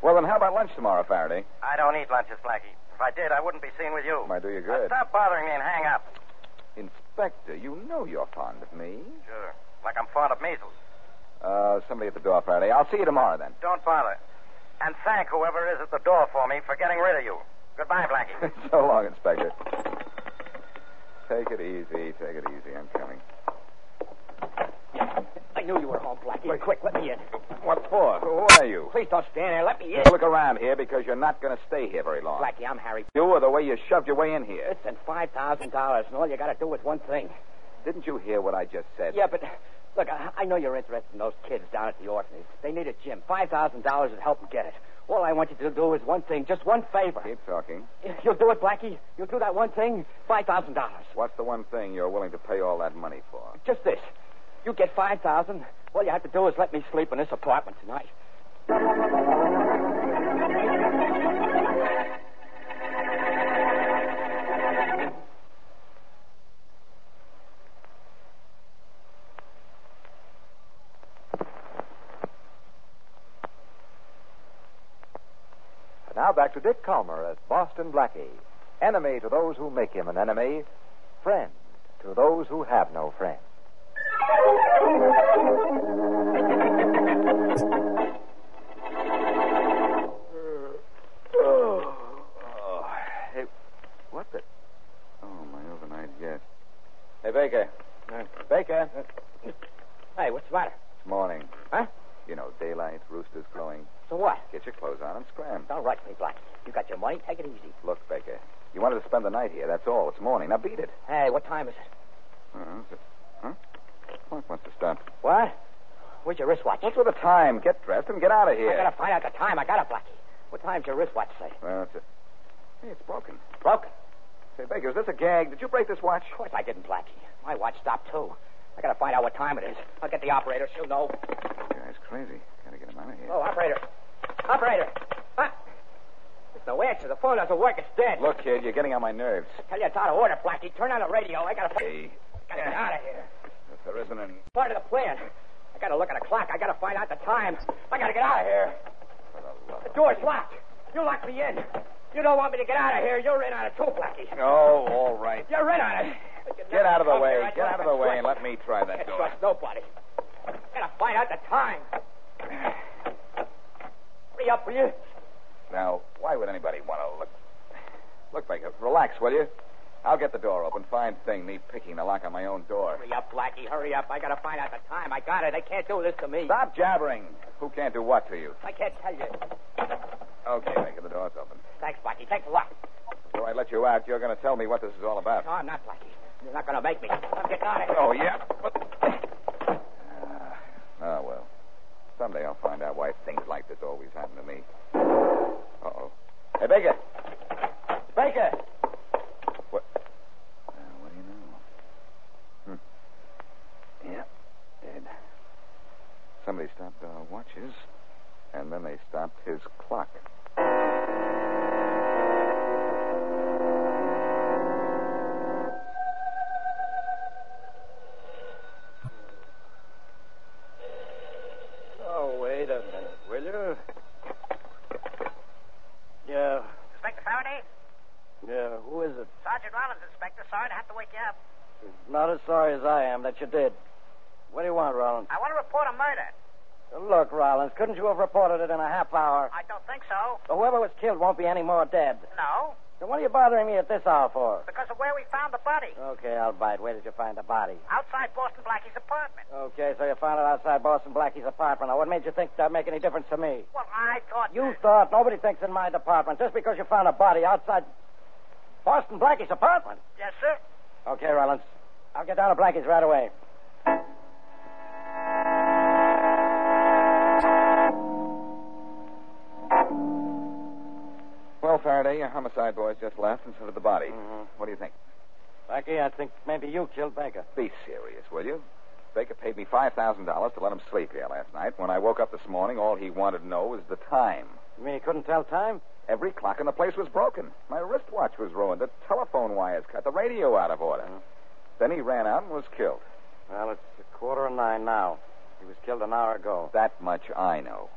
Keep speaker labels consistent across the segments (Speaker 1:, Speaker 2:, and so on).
Speaker 1: Well, then, how about lunch tomorrow, Faraday?
Speaker 2: I don't eat lunches, Blackie. If I did, I wouldn't be seen with you.
Speaker 1: Might do you
Speaker 2: Now,
Speaker 1: good.
Speaker 2: stop bothering me and hang up.
Speaker 1: Inspector, you know you're fond of me.
Speaker 2: Sure. Like I'm fond of measles.
Speaker 1: Uh, somebody at the door, Faraday. I'll see you tomorrow, then.
Speaker 2: Don't bother. And thank whoever is at the door for me for getting rid of you. Goodbye, Blackie.
Speaker 1: so long, Inspector. Take it easy. Take it easy. I'm coming.
Speaker 3: I knew you were home, Blackie. Quick, let me in.
Speaker 1: What for? Who are you?
Speaker 3: Please don't stand there. Let me in.
Speaker 1: Don't Look around here because you're not going to stay here very long.
Speaker 3: Blackie, I'm Harry.
Speaker 1: You or the way you shoved your way in here.
Speaker 3: Listen, five thousand dollars, and all you got to do is one thing.
Speaker 1: Didn't you hear what I just said?
Speaker 3: Yeah, but look, I, I know you're interested in those kids down at the orphanage. They need a gym. Five thousand dollars would help them get it. All I want you to do is one thing, just one favor.
Speaker 1: Keep talking.
Speaker 3: You'll do it, Blackie. You'll do that one thing. Five thousand dollars.
Speaker 1: What's the one thing you're willing to pay all that money for?
Speaker 3: Just this. You get five thousand. All you have to do is let me sleep in this apartment tonight.
Speaker 4: And now back to Dick Calmer as Boston Blackie. Enemy to those who make him an enemy, friend to those who have no friend.
Speaker 1: Oh, hey, what the? Oh, my overnight guest. Hey, Baker. Baker.
Speaker 3: Hey, what's the matter?
Speaker 1: It's morning.
Speaker 3: Huh?
Speaker 1: You know, daylight, roosters crowing.
Speaker 3: So what?
Speaker 1: Get your clothes on and scram.
Speaker 3: Don't rush me, Blackie. You got your money. Take it easy.
Speaker 1: Look, Baker, you wanted to spend the night here. That's all. It's morning. Now beat it.
Speaker 3: Hey, what time is it?
Speaker 1: Uh, is it- Huh? Clock must have stopped.
Speaker 3: What? Where's your wristwatch?
Speaker 1: What's with the time? Get dressed and get out of here.
Speaker 3: I gotta find out the time. I gotta, Blackie. What time's your wristwatch say?
Speaker 1: Well, it's a... Hey, it's broken.
Speaker 3: Broken.
Speaker 1: Say, Baker, is this a gag? Did you break this watch?
Speaker 3: Of course I didn't, Blackie. My watch stopped too. I gotta find out what time it is. I'll get the operator. She'll know.
Speaker 1: This guy's crazy. Gotta get him out of here.
Speaker 3: Oh, operator. Operator. Huh? There's no answer. The phone doesn't work. It's dead.
Speaker 1: Look, kid, you're getting on my nerves.
Speaker 3: I tell you it's out of order, Blackie. Turn on the radio. I gotta,
Speaker 1: Hey,
Speaker 3: gotta get out of here.
Speaker 1: if there isn't an...
Speaker 3: Part of the plan. I gotta look at a clock. I gotta find out the time. I gotta get out of here.
Speaker 1: For the love
Speaker 3: The
Speaker 1: of-
Speaker 3: door's locked. You locked me in. You don't want me to get out of here. You're in on it too, Blackie.
Speaker 1: Oh, all right.
Speaker 3: You're in on it.
Speaker 1: Get out of the way.
Speaker 3: I
Speaker 1: Get out of the way and let me try that
Speaker 3: can't
Speaker 1: door.
Speaker 3: trust nobody. Gotta find out the time. Hurry up, will you?
Speaker 1: Now, why would anybody want to look? Look, Baker, relax, will you? I'll get the door open. Fine thing, me picking the lock on my own door.
Speaker 3: Hurry up, Blackie. Hurry up. I gotta find out the time. I got it. They can't do this to me.
Speaker 1: Stop jabbering. Who can't do what to you?
Speaker 3: I can't tell you.
Speaker 1: Okay, Baker, the door's open.
Speaker 3: Thanks, Blackie. Thanks a lot.
Speaker 1: Before I let you out, you're going to tell me what this is all about.
Speaker 3: No, I'm not Blackie. You're not gonna make me. I'm getting out of here.
Speaker 1: Oh, yeah? But... Ah, well. Someday I'll find out why things like this always happen to me. Uh-oh. Hey, Baker!
Speaker 3: Baker!
Speaker 1: What? Uh, what do you know? Hmm. Yeah, dead. Somebody stopped our watches, and then they stopped his clock.
Speaker 4: Oh, wait a minute, will you? Yeah,
Speaker 2: Inspector Faraday?
Speaker 4: yeah, who is it?
Speaker 2: Sergeant Rollins, Inspector. Sorry to have to wake you up.
Speaker 4: Not as sorry as I am that you did. What do you want, Rollins?
Speaker 2: I want to report a murder.
Speaker 5: Look, Rollins, couldn't you have reported it in a half hour?
Speaker 2: I don't think so.
Speaker 5: Whoever was killed won't be any more dead.
Speaker 2: No,
Speaker 5: Then what are you bothering me at this hour for?
Speaker 2: because of where we found the body.
Speaker 5: Okay, I'll bite. Where did you find the body?
Speaker 2: Outside Boston Blackie's apartment.
Speaker 5: Okay, so you found it outside Boston Blackie's apartment. Now, what made you think that'd make any difference to me?
Speaker 2: Well, I thought.
Speaker 5: You thought nobody thinks in my department just because you found a body outside Boston Blackie's apartment.
Speaker 2: Yes, sir.
Speaker 5: Okay, Rollins. I'll get down to Blackie's right away.
Speaker 1: Well, Faraday, your homicide boys just left and so did the body. What do you think?
Speaker 5: Blackie, I think maybe you killed Baker.
Speaker 1: Be serious, will you? Baker paid me $5,000 to let him sleep here last night. When I woke up this morning, all he wanted to know was the time.
Speaker 5: You mean he couldn't tell time?
Speaker 1: Every clock in the place was broken. My wristwatch was ruined. The telephone wires cut. The radio out of order. Then he ran out and was killed.
Speaker 5: Well, it's a quarter of nine now. He was killed an hour ago.
Speaker 1: That much I know.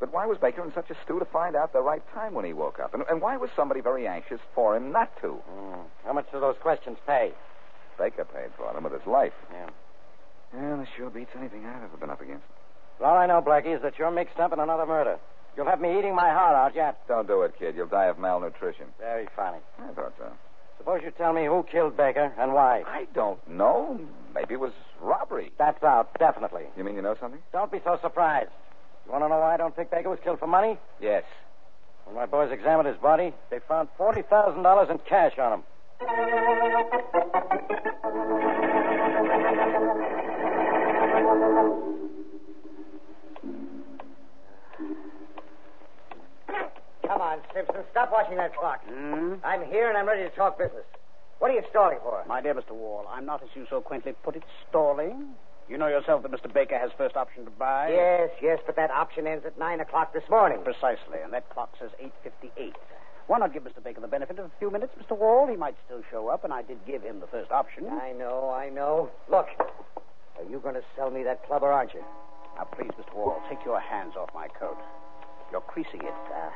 Speaker 1: But why was Baker in such a stew to find out the right time when he woke up? And, and why was somebody very anxious for him not to?
Speaker 5: Mm. How much do those questions pay?
Speaker 1: Baker paid for them with his life.
Speaker 5: Yeah.
Speaker 1: Well, this sure beats anything I've ever been up against.
Speaker 5: All I know, Blackie, is that you're mixed up in another murder. You'll have me eating my heart out yet.
Speaker 1: Don't do it, kid. You'll die of malnutrition.
Speaker 5: Very funny.
Speaker 1: I thought so.
Speaker 5: Suppose you tell me who killed Baker and why.
Speaker 1: I don't know. Maybe it was robbery.
Speaker 5: That's out, definitely.
Speaker 1: You mean you know something?
Speaker 5: Don't be so surprised. You want to know why I don't think Baker was killed for money?
Speaker 1: Yes.
Speaker 5: When my boys examined his body, they found $40,000 in cash on him.
Speaker 3: Come on, Simpson. Stop watching that clock. I'm here and I'm ready to talk business. What are you stalling for?
Speaker 6: Hmm? My dear Mr. Wall, I'm not, as you so quaintly put it, stalling. You know yourself that Mr. Baker has first option to buy.
Speaker 3: Yes, yes, but that option ends at 9 o'clock this morning.
Speaker 6: Precisely, and that clock says 8.58. Why not give Mr. Baker the benefit of a few minutes, Mr. Wall? He might still show up, and I did give him the first option.
Speaker 3: I know, I know. Look, are you going to sell me that club or aren't you?
Speaker 6: Now, please, Mr. Wall, take your hands off my coat. You're creasing it. Uh,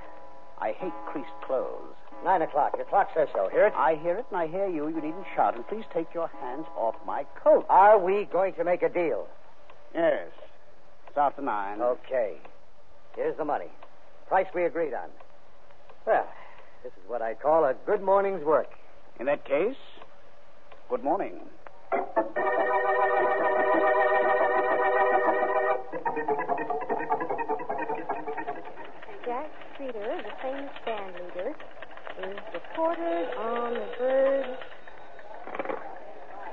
Speaker 6: I hate creased clothes.
Speaker 3: 9 o'clock. The clock says so. Hear it?
Speaker 6: I hear it, and I hear you. You needn't shout, and please take your hands off my coat.
Speaker 3: Are we going to make a deal?
Speaker 6: Yes. It's after nine.
Speaker 3: Okay. Here's the money. Price we agreed on. Well, this is what I call a good morning's work.
Speaker 6: In that case, good morning.
Speaker 7: Jack Streeter, the famous band leader, is reported on the bird.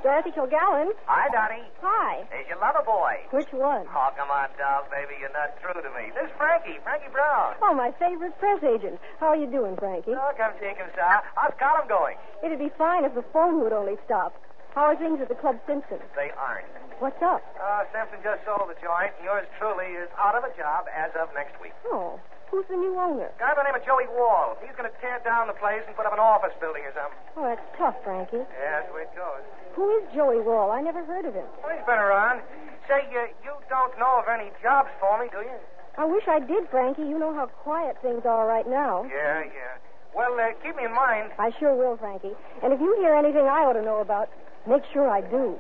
Speaker 7: Dorothy Kilgallen.
Speaker 2: Hi, Donnie.
Speaker 7: Hi.
Speaker 2: Here's your lover boy.
Speaker 7: Which one?
Speaker 2: Oh, come on, doll, baby. You're not true to me. This is Frankie, Frankie Brown.
Speaker 7: Oh, my favorite press agent. How are you doing, Frankie?
Speaker 2: Oh, come see, come see. How- How's Column going?
Speaker 7: It'd be fine if the phone would only stop. How are things at the Club Simpson?
Speaker 2: They aren't.
Speaker 7: What's up?
Speaker 2: Uh, Simpson just sold the joint. and Yours truly is out of a job as of next week.
Speaker 7: Oh, who's the new owner?
Speaker 2: Guy by the name of Joey Wall. He's going to tear down the place and put up an office building or something.
Speaker 7: Oh, that's tough, Frankie.
Speaker 2: Yeah, that's the way it goes.
Speaker 7: Who is Joey Wall? I never heard of him.
Speaker 2: Well, he's been around. Say, you, you don't know of any jobs for me, do you?
Speaker 7: I wish I did, Frankie. You know how quiet things are right now.
Speaker 2: Yeah, yeah. Well, uh, keep me in mind.
Speaker 7: I sure will, Frankie. And if you hear anything I ought to know about, make sure I do.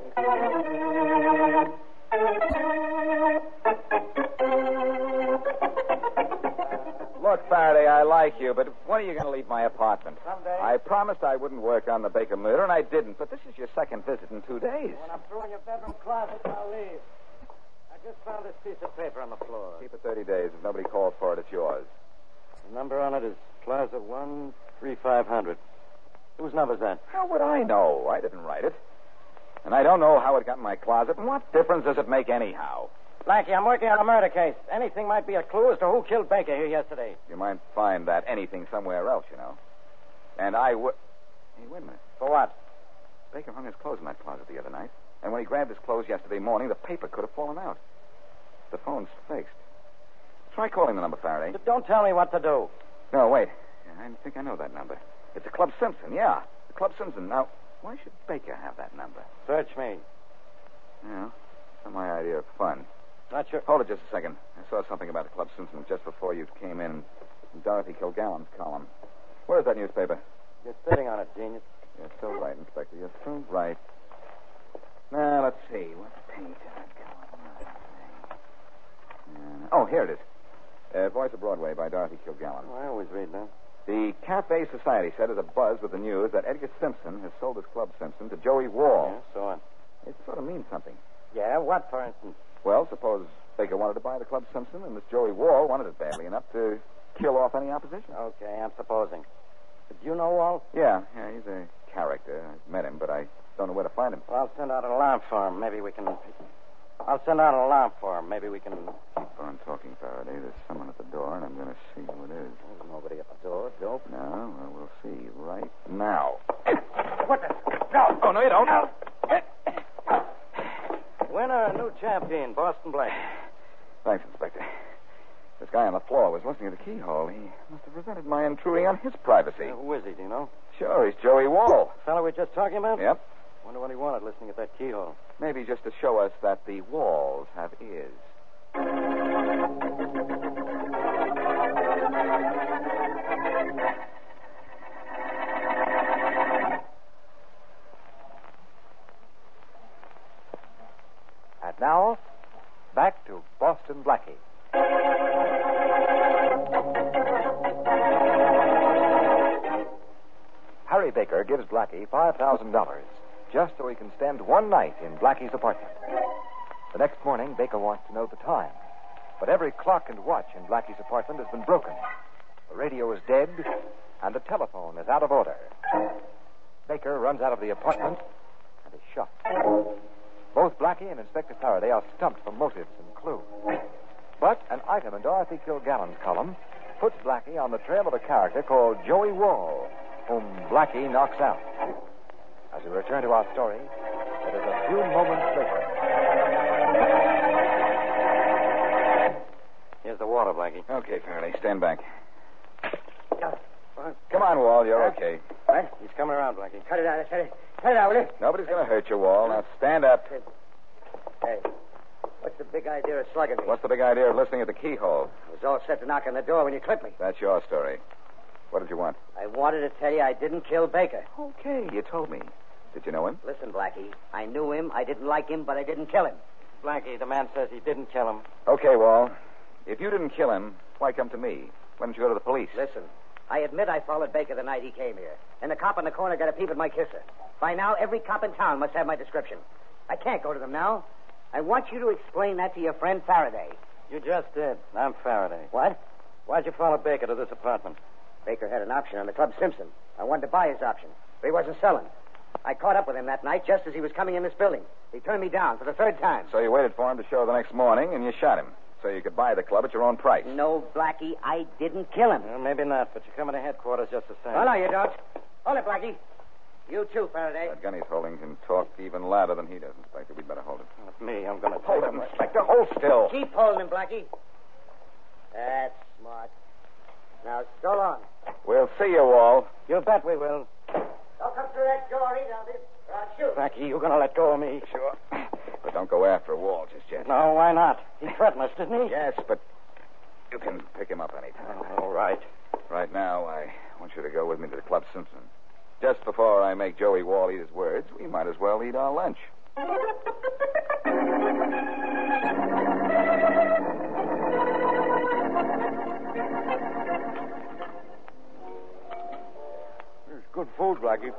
Speaker 1: Look, Faraday, I like you, but when are you going to leave my apartment? Someday. I promised I wouldn't work on the Baker murder, and I didn't. But this is your second visit in two days.
Speaker 5: I'm through in your bedroom closet, I'll leave. I just found this piece of paper on the floor.
Speaker 1: Keep it 30 days. If nobody calls for it, it's yours.
Speaker 5: The number on it is Plaza 13500. Whose number's that?
Speaker 1: How would I know? I didn't write it. And I don't know how it got in my closet. And what difference does it make anyhow?
Speaker 5: Blackie, I'm working on a murder case. Anything might be a clue as to who killed Baker here yesterday.
Speaker 1: You might find that anything somewhere else, you know. And I would. Hey, wait a minute.
Speaker 5: For what?
Speaker 1: Baker hung his clothes in that closet the other night. And when he grabbed his clothes yesterday morning, the paper could have fallen out. The phone's fixed. Try calling the number, Faraday.
Speaker 5: But don't tell me what to do.
Speaker 1: No, wait. Yeah, I think I know that number. It's a Club Simpson, yeah. The Club Simpson. Now, why should Baker have that number?
Speaker 5: Search me.
Speaker 1: Yeah. Not my idea of fun.
Speaker 5: Not your.
Speaker 1: Hold it just a second. I saw something about the Club Simpson just before you came in in Dorothy Kilgallen's column. Where's that newspaper?
Speaker 5: You're sitting on it, genius.
Speaker 1: You're so right, Inspector. You're so right. Now, let's see. What page have I got? on? Oh, here it is. Uh, Voice of Broadway by Dorothy Kilgallen.
Speaker 5: I always read that.
Speaker 1: The Cafe Society said is abuzz with the news that Edgar Simpson has sold his club Simpson to Joey Wall.
Speaker 5: so on.
Speaker 1: It sort of means something.
Speaker 5: Yeah, what, for instance?
Speaker 1: Well, suppose Baker wanted to buy the club Simpson, and this Joey Wall wanted it badly enough to kill off any opposition.
Speaker 5: Okay, I'm supposing. But you know all?
Speaker 1: Yeah, yeah, he's a character. I've met him, but I don't know where to find him.
Speaker 5: Well, I'll send out an alarm for him. Maybe we can. I'll send out an alarm for him. Maybe we can. There's
Speaker 1: Keep on talking, Faraday. There's someone at the door, and I'm going to see who it is.
Speaker 5: nobody at the door. It's open.
Speaker 1: No, well, we'll see right now.
Speaker 5: What the? No. Oh, no, you don't. Winner, a new champion, Boston Blake.
Speaker 1: Thanks, Inspector. This guy on the floor was listening at the keyhole. He must have resented my intruding on his privacy.
Speaker 5: Uh, who is he, do you know?
Speaker 1: Sure, he's Joey Wall.
Speaker 5: The fellow we were just talking about?
Speaker 1: Yep.
Speaker 5: Wonder what he wanted listening at that keyhole.
Speaker 1: Maybe just to show us that the walls have ears.
Speaker 4: And now, back to Boston Blackie. Harry Baker gives Blackie $5,000 just so he can spend one night in Blackie's apartment. The next morning, Baker wants to know the time. But every clock and watch in Blackie's apartment has been broken. The radio is dead, and the telephone is out of order. Baker runs out of the apartment and is shot. Both Blackie and Inspector Faraday are stumped for motives and clues. But an item in Dorothy Kilgallen's column puts Blackie on the trail of a character called Joey Wall, whom Blackie knocks out. As we return to our story, it is a few moments later.
Speaker 5: Here's the water, Blackie.
Speaker 1: Okay, Faraday, stand back. Come on, Wall, you're okay.
Speaker 5: What? He's coming around, Blackie.
Speaker 3: Cut it out. Cut it, cut it out, will you?
Speaker 1: Nobody's going to hurt you, Wall. Now stand up.
Speaker 3: Hey, what's the big idea of slugging me?
Speaker 1: What's the big idea of listening at the keyhole?
Speaker 3: I was all set to knock on the door when you clipped me.
Speaker 1: That's your story. What did you want?
Speaker 3: I wanted to tell you I didn't kill Baker.
Speaker 1: Okay, you told me. Did you know him?
Speaker 3: Listen, Blackie, I knew him. I didn't like him, but I didn't kill him.
Speaker 5: Blackie, the man says he didn't kill him.
Speaker 1: Okay, Wall. If you didn't kill him, why come to me? Why don't you go to the police?
Speaker 3: Listen, I admit I followed Baker the night he came here, and the cop in the corner got a peep at my kisser. By now, every cop in town must have my description. I can't go to them now. I want you to explain that to your friend Faraday.
Speaker 5: You just did. I'm Faraday. What? Why'd you follow Baker to this apartment?
Speaker 3: Baker had an option on the Club Simpson. I wanted to buy his option, but he wasn't selling. I caught up with him that night just as he was coming in this building. He turned me down for the third time.
Speaker 1: So you waited for him to show the next morning, and you shot him. So you could buy the club at your own price.
Speaker 3: No, Blackie, I didn't kill him.
Speaker 5: Well, maybe not, but you're coming to headquarters just the same.
Speaker 3: Oh, no, you don't. Hold it, Blackie. You too, Faraday.
Speaker 1: That gun he's holding can talk even louder than he does, Inspector. We'd better hold him.
Speaker 5: Not me. I'm going to
Speaker 1: Hold him, Inspector. Hold still.
Speaker 3: Keep holding him, Blackie. That's smart. Now, so long.
Speaker 1: We'll see you, Wall.
Speaker 5: You bet we will.
Speaker 3: Don't come through that door either, I'll be- or I'll shoot.
Speaker 5: Blackie, you going to let go of me? Sure.
Speaker 1: But don't go after Wall just yet.
Speaker 5: No, Oh, why not? He threatened us, didn't he?
Speaker 1: Yes, but you can pick him up anytime.
Speaker 5: All right.
Speaker 1: Right now, I want you to go with me to the Club Simpson. Just before I make Joey Wall eat his words, we might as well eat our lunch.
Speaker 5: It's good food, Blackie.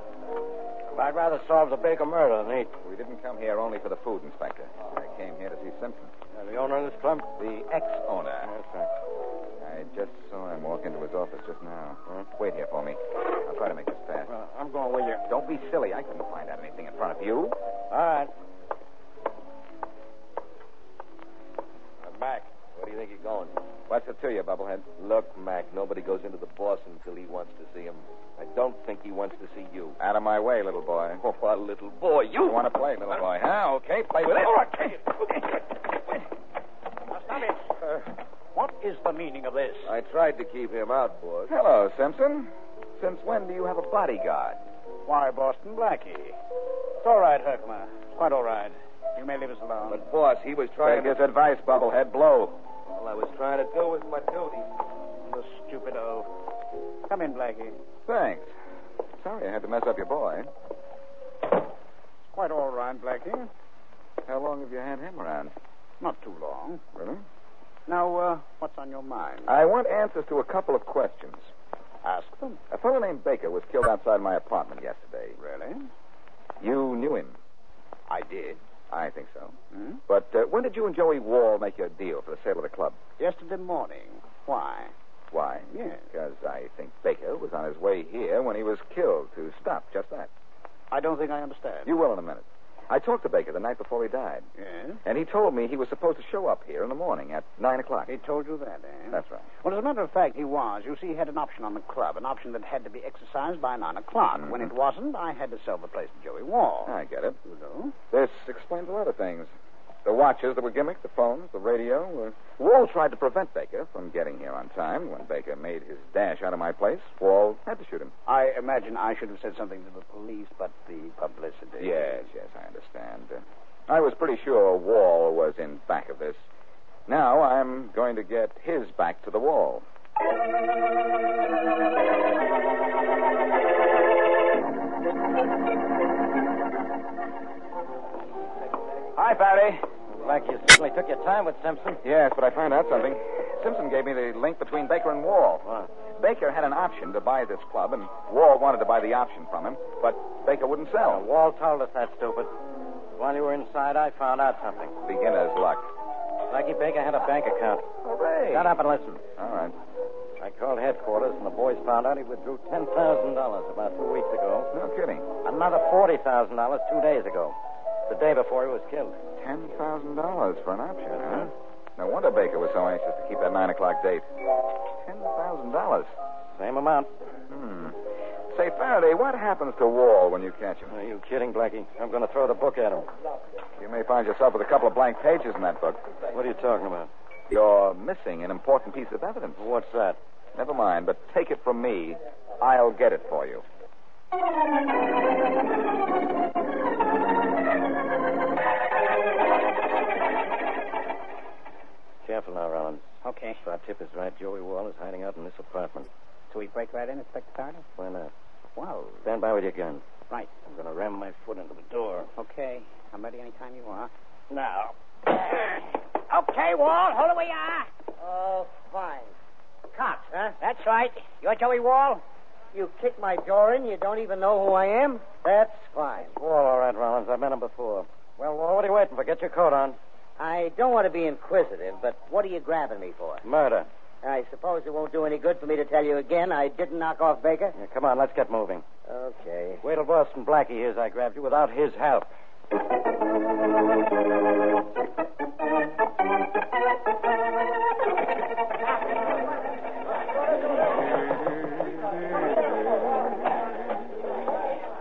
Speaker 5: I'd rather solve the Baker murder than eat.
Speaker 1: We didn't come here only for the food, Inspector. I came here to see Simpson,
Speaker 5: Uh, the owner of this club?
Speaker 1: the ex-owner.
Speaker 5: That's right.
Speaker 1: I just saw him walk into his office just now. Wait here for me. I'll try to make this fast.
Speaker 5: Hmm? Well, I'm going with you.
Speaker 1: Don't be silly. I couldn't find out anything in front of you.
Speaker 5: All right. I'm back.
Speaker 8: Where do you think you're going?
Speaker 1: What's it to you, Bubblehead?
Speaker 8: Look, Mac, nobody goes into the boss until he wants to see him. I don't think he wants to see you.
Speaker 1: Out of my way, little boy.
Speaker 8: Oh, our little boy, you.
Speaker 1: You want to play, little boy, huh? Okay, play with it.
Speaker 8: All right, take it.
Speaker 6: Now, stop it. what is the meaning of this?
Speaker 8: I tried to keep him out, boss.
Speaker 1: Hello, Simpson. Since when do you have a bodyguard?
Speaker 6: Why, Boston Blackie? It's all right, Herkimer. It's quite all right. You may leave us alone.
Speaker 8: But, boss, he was trying
Speaker 1: Take
Speaker 8: to.
Speaker 1: his advice, Bubblehead. Blow.
Speaker 8: All I was trying to do was my duty.
Speaker 6: The stupid old. Come in, Blackie.
Speaker 1: Thanks. Sorry I had to mess up your boy.
Speaker 6: It's quite all right, Blackie.
Speaker 1: How long have you had him around?
Speaker 6: Not too long.
Speaker 1: Really?
Speaker 6: Now, uh, what's on your mind?
Speaker 1: I want answers to a couple of questions.
Speaker 6: Ask them.
Speaker 1: A fellow named Baker was killed outside my apartment yesterday.
Speaker 6: Really?
Speaker 1: You knew him.
Speaker 6: I did.
Speaker 1: I think so.
Speaker 6: Hmm?
Speaker 1: But uh, when did you and Joey Wall make your deal for the sale of the club?
Speaker 6: Yesterday morning. Why?
Speaker 1: Why?
Speaker 6: Yes.
Speaker 1: Because I think Baker was on his way here when he was killed to stop just that.
Speaker 6: I don't think I understand.
Speaker 1: You will in a minute. I talked to Baker the night before he died,
Speaker 6: Yes?
Speaker 1: and he told me he was supposed to show up here in the morning at 9 o'clock.
Speaker 6: He told you that, eh?
Speaker 1: That's right.
Speaker 6: Well, as a matter of fact, he was. You see, he had an option on the club, an option that had to be exercised by 9 o'clock. When
Speaker 1: Mm-hmm.
Speaker 6: it wasn't, I had to sell the place to Joey Wall.
Speaker 1: I get it.
Speaker 6: You know?
Speaker 1: This explains a lot of things. The watches that were gimmicked, the phones, the radio. Uh, Wall tried to prevent Baker from getting here on time. When Baker made his dash out of my place, Wall had to shoot him.
Speaker 6: I imagine I should have said something to the police, but the publicity.
Speaker 1: Yes, yes, I understand. Uh, I was pretty sure Wall was in back of this. Now I'm going to get his back to the wall.
Speaker 2: Hi, Barry.
Speaker 5: Black, you certainly took your time with Simpson.
Speaker 1: Yes, but I found out something. Simpson gave me the link between Baker and Wall. Baker had an option to buy this club, and Wall wanted to buy the option from him, but Baker wouldn't
Speaker 5: Now,
Speaker 1: sell.
Speaker 5: Wall told us that, stupid. While you were inside, I found out something.
Speaker 1: Beginner's luck.
Speaker 5: Blackie Baker had a bank account.
Speaker 1: Hooray!
Speaker 5: Shut up and listen.
Speaker 1: All right.
Speaker 5: I called headquarters, and the boys found out he withdrew $10,000 about two weeks ago.
Speaker 1: No kidding.
Speaker 5: Another $40,000 two days ago. The day before he was killed.
Speaker 1: Ten thousand dollars for an option, huh? No wonder Baker was so anxious to keep that nine o'clock date. Ten thousand dollars.
Speaker 5: Same amount.
Speaker 1: Hmm. Say, Faraday, what happens to Wall when you catch him?
Speaker 5: Are you kidding, Blackie? I'm going to throw the book at him.
Speaker 1: You may find yourself with a couple of blank pages in that book.
Speaker 5: What are you talking about?
Speaker 1: You're missing an important piece of evidence.
Speaker 5: What's that?
Speaker 1: Never mind, but take it from me. I'll get it for you.
Speaker 5: Careful now, Rollins.
Speaker 6: Okay.
Speaker 5: If our tip is right, Joey Wall is hiding out in this apartment.
Speaker 6: So we break right in, Inspector Carter?
Speaker 5: Why not?
Speaker 6: Well,
Speaker 5: Stand by with your gun.
Speaker 6: right.
Speaker 5: I'm going to ram my foot into the door.
Speaker 6: Okay. I'm ready anytime you are.
Speaker 5: Now.
Speaker 3: Okay, Wall, hold we are. Oh, fine. Cops, huh? That's right. You're Joey Wall? You kick my door in, you don't even know who I am? That's fine.
Speaker 5: Wall, all right, Rollins. I've met him before. Well, Wall, what are you waiting for? Get your coat on.
Speaker 3: I don't want to be inquisitive, but what are you grabbing me for?
Speaker 5: Murder.
Speaker 3: I suppose it won't do any good for me to tell you again. I didn't knock off Baker.
Speaker 5: Yeah, come on, let's get moving.
Speaker 3: Okay.
Speaker 5: Wait till Boston Blackie hears I grabbed you without his help.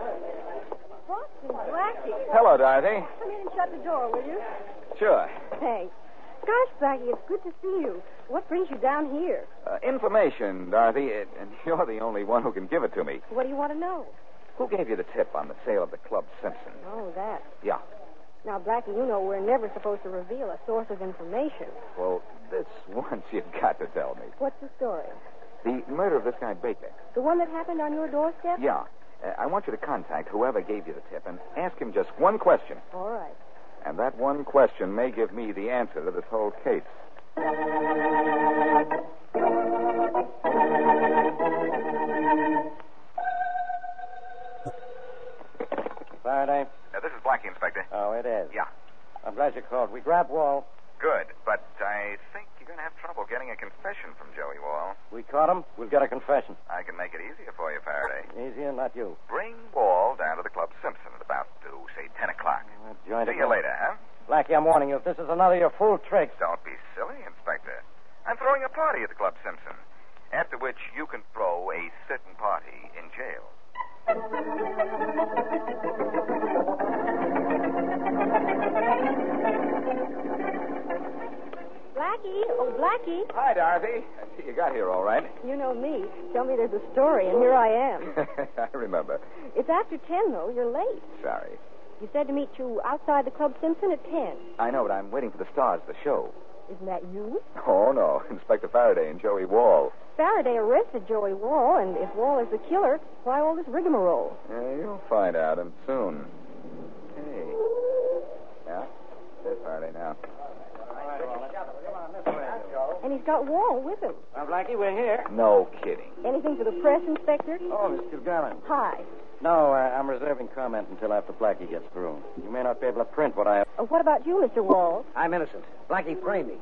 Speaker 7: Boston Blackie.
Speaker 1: Hello, Dorothy.
Speaker 7: Come in and shut the door, will you?
Speaker 1: Sure.
Speaker 7: Thanks. Gosh, Blackie, it's good to see you. What brings you down here?
Speaker 1: Uh, information, Dorothy, and- and you're the only one who can give it to me.
Speaker 7: What do you want to know?
Speaker 1: Who gave you the tip on the sale of the club, Simpson?
Speaker 7: Oh, that.
Speaker 1: Yeah.
Speaker 7: Now, Blackie, you know we're never supposed to reveal a source of information.
Speaker 1: Well, this once you've got to tell me.
Speaker 7: What's the story?
Speaker 1: The murder of this guy Baker.
Speaker 7: The one that happened on your doorstep?
Speaker 1: Yeah. Uh, I want you to contact whoever gave you the tip and ask him just one question.
Speaker 7: All right.
Speaker 1: And that one question may give me the answer to this whole case.
Speaker 5: Faraday?
Speaker 1: Now, Uh, this is Blackie, Inspector.
Speaker 5: Oh, it is.
Speaker 1: Yeah.
Speaker 5: I'm glad you called. We grabbed Wall.
Speaker 1: Good, but I think you're going to have trouble getting a confession from Joey Wall.
Speaker 5: We caught him. We've got a confession.
Speaker 1: I can make it easier for you, Faraday.
Speaker 5: Easier, not you.
Speaker 1: Bring Wall down to the Club Simpson at about, oh, say, 10 o'clock.
Speaker 5: That joint
Speaker 1: See you
Speaker 5: again.
Speaker 1: later, huh?
Speaker 5: Blackie, I'm warning you. If this is another of your fool tricks,
Speaker 1: Don't be silly, Inspector. I'm throwing a party at the Club Simpson, after which you can throw a certain party in jail.
Speaker 7: Blackie, oh, Blackie,
Speaker 1: Hi, Dorothy. I see you got here all right.
Speaker 7: you know me. Tell me there's a story, and here I am.
Speaker 1: I remember.
Speaker 7: It's after 10, though. You're late.
Speaker 1: Sorry.
Speaker 7: You said to meet you outside the Club Simpson at 10.
Speaker 1: I know, but I'm waiting for the stars of the show.
Speaker 7: Isn't that you?
Speaker 1: Oh, no. Inspector Faraday and Joey Wall.
Speaker 7: Faraday arrested Joey Wall, and if Wall is the killer, why all this rigmarole?
Speaker 1: Yeah, you'll find out, and soon. Hey. Yeah? It's Faraday now.
Speaker 5: Come on this way.
Speaker 7: And he's got Wall with him.
Speaker 5: Well, Blackie, we're here.
Speaker 1: No kidding.
Speaker 7: Anything for the press, Inspector?
Speaker 5: Oh, Miss Kilgallen.
Speaker 7: Hi.
Speaker 5: No, uh, I'm reserving comment until after Blackie gets through. You may not be able to print what I have.
Speaker 7: Uh, what about you, Mr. Wall?
Speaker 5: I'm innocent. Blackie framed me.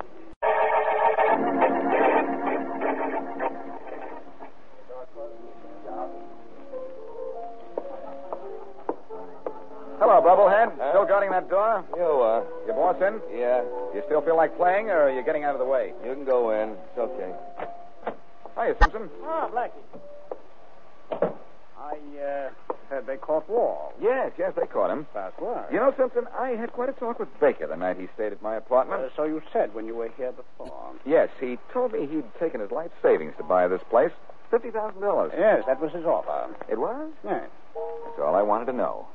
Speaker 1: Hello, Bubblehead. Still guarding that door?
Speaker 8: You, uh,
Speaker 1: Your boss in?
Speaker 8: yeah,
Speaker 1: You still feel like playing, or are you getting out of the way?
Speaker 8: you can go in. It's okay.
Speaker 1: Hiya, Simpson.
Speaker 6: Ah, Blackie. I, uh, heard they caught Wall.
Speaker 1: Yes, yes, they caught him.
Speaker 6: That's why.
Speaker 1: You know, Simpson, I had quite a talk with Baker the night he stayed at my apartment.
Speaker 6: Uh, so you said when you were here before.
Speaker 1: Yes, he told me he'd taken his life savings to buy this place. Fifty thousand dollars.
Speaker 6: Yes, that was his offer.
Speaker 1: It was?
Speaker 6: Yes.
Speaker 1: That's all I wanted to know.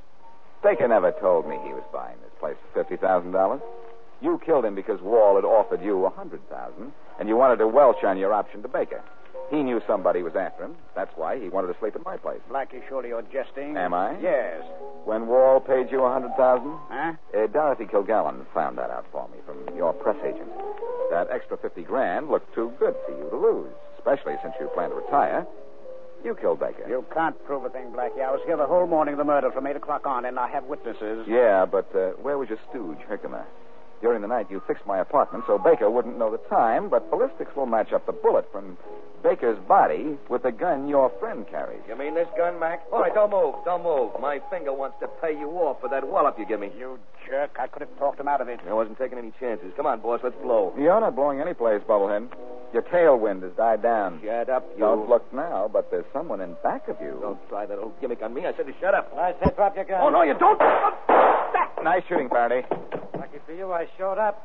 Speaker 1: Baker never told me he was buying this place for fifty thousand dollars. You killed him because Wall had offered you a hundred thousand, and you wanted to welch on your option to Baker. He knew somebody was after him. That's why he wanted to sleep at my place.
Speaker 6: Blackie, surely you're jesting.
Speaker 1: Am I?
Speaker 6: Yes.
Speaker 1: When Wall paid you a hundred thousand,
Speaker 6: Huh?
Speaker 1: uh, Dorothy Kilgallen found that out for me from your press agent. That extra fifty grand looked too good for you to lose, especially since you plan to retire. You killed Baker.
Speaker 6: You can't prove a thing, Blackie. I was here the whole morning of the murder from 8 o'clock on, and I have witnesses.
Speaker 1: Yeah, but uh, where was your stooge, Herkimer? During the night, you fixed my apartment so Baker wouldn't know the time, but ballistics will match up the bullet from Baker's body with the gun your friend carries.
Speaker 8: You mean this gun, Mac? All right, don't move. Don't move. My finger wants to pay you off for that wallop you give me.
Speaker 6: You jerk. I could have talked him out of it.
Speaker 8: I wasn't taking any chances. Come on, boss, let's blow.
Speaker 1: You're not blowing any place, Bubblehead. Your tailwind has died down.
Speaker 8: Shut up, you.
Speaker 1: Don't look now, but there's someone in back of you.
Speaker 8: Don't try that old gimmick on me. I said to shut up.
Speaker 5: I said drop your gun.
Speaker 8: Oh, no, you don't.
Speaker 1: Nice shooting, Faraday.
Speaker 5: Lucky for you, I showed up.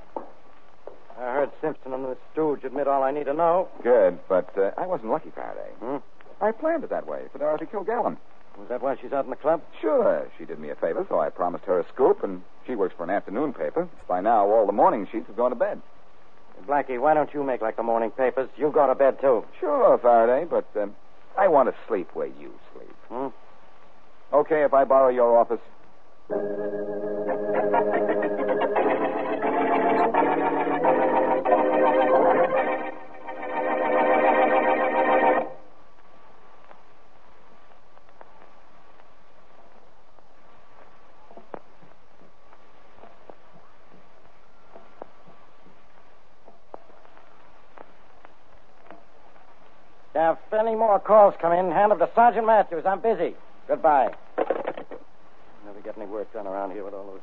Speaker 5: I heard Simpson and the stooge admit all I need to know.
Speaker 1: Good, but uh, I wasn't lucky, Faraday.
Speaker 5: Hmm?
Speaker 1: I planned it that way for Dorothy Kilgallen.
Speaker 5: Was that why she's out in the club?
Speaker 1: Sure, she did me a favor, so I promised her a scoop, and she works for an afternoon paper. By now, all the morning sheets have gone to bed.
Speaker 5: Blackie, why don't you make like the morning papers? You go to bed, too.
Speaker 1: Sure, Faraday, but um, I want to sleep where you sleep.
Speaker 5: Hmm?
Speaker 1: Okay, if I borrow your office.
Speaker 5: Now, if any more calls come in, hand them to Sergeant Matthews. I'm busy. Goodbye. Never get any work done around here with all those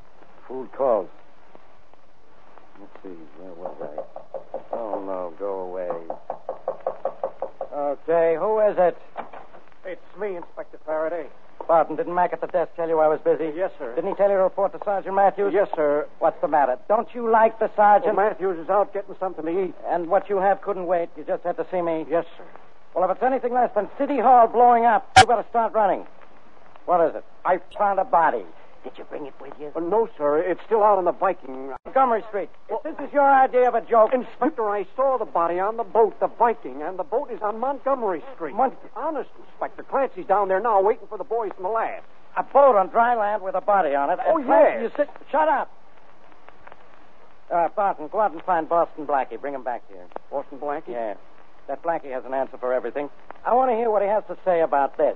Speaker 5: fool calls. Let's see, where was I? Oh, no, go away. Okay, who is it?
Speaker 6: It's me, Inspector Faraday.
Speaker 5: Barton, didn't Mac at the desk tell you I was busy?
Speaker 6: Yes, sir.
Speaker 5: Didn't he tell you to report to Sergeant Matthews?
Speaker 6: Yes, sir.
Speaker 5: What's the matter? Don't you like the sergeant?
Speaker 6: Matthews is out getting something to eat.
Speaker 5: and what you have couldn't wait. You just had to see me.
Speaker 6: Yes, sir.
Speaker 5: Well, if it's anything less than City Hall blowing up, you better start running. What is it? I found a body. Did you bring it with you?
Speaker 6: Well, no, sir. It's still out on the Viking.
Speaker 5: Montgomery Street. If this is your idea of a joke,
Speaker 6: Inspector, I saw the body on the boat, the Viking, and the boat is on Montgomery Street.
Speaker 5: Mon-
Speaker 6: Honest, Inspector. Clancy's down there now waiting for the boys from the lab.
Speaker 5: a boat on dry land with a body on it.
Speaker 6: Oh,
Speaker 5: and Frank,
Speaker 6: yes.
Speaker 5: You sit. Shut up. Uh, Barton, go out and find Boston Blackie. Bring him back here.
Speaker 6: Boston Blackie?
Speaker 5: Yeah. That Blackie has an answer for everything. I want to hear what he has to say about this.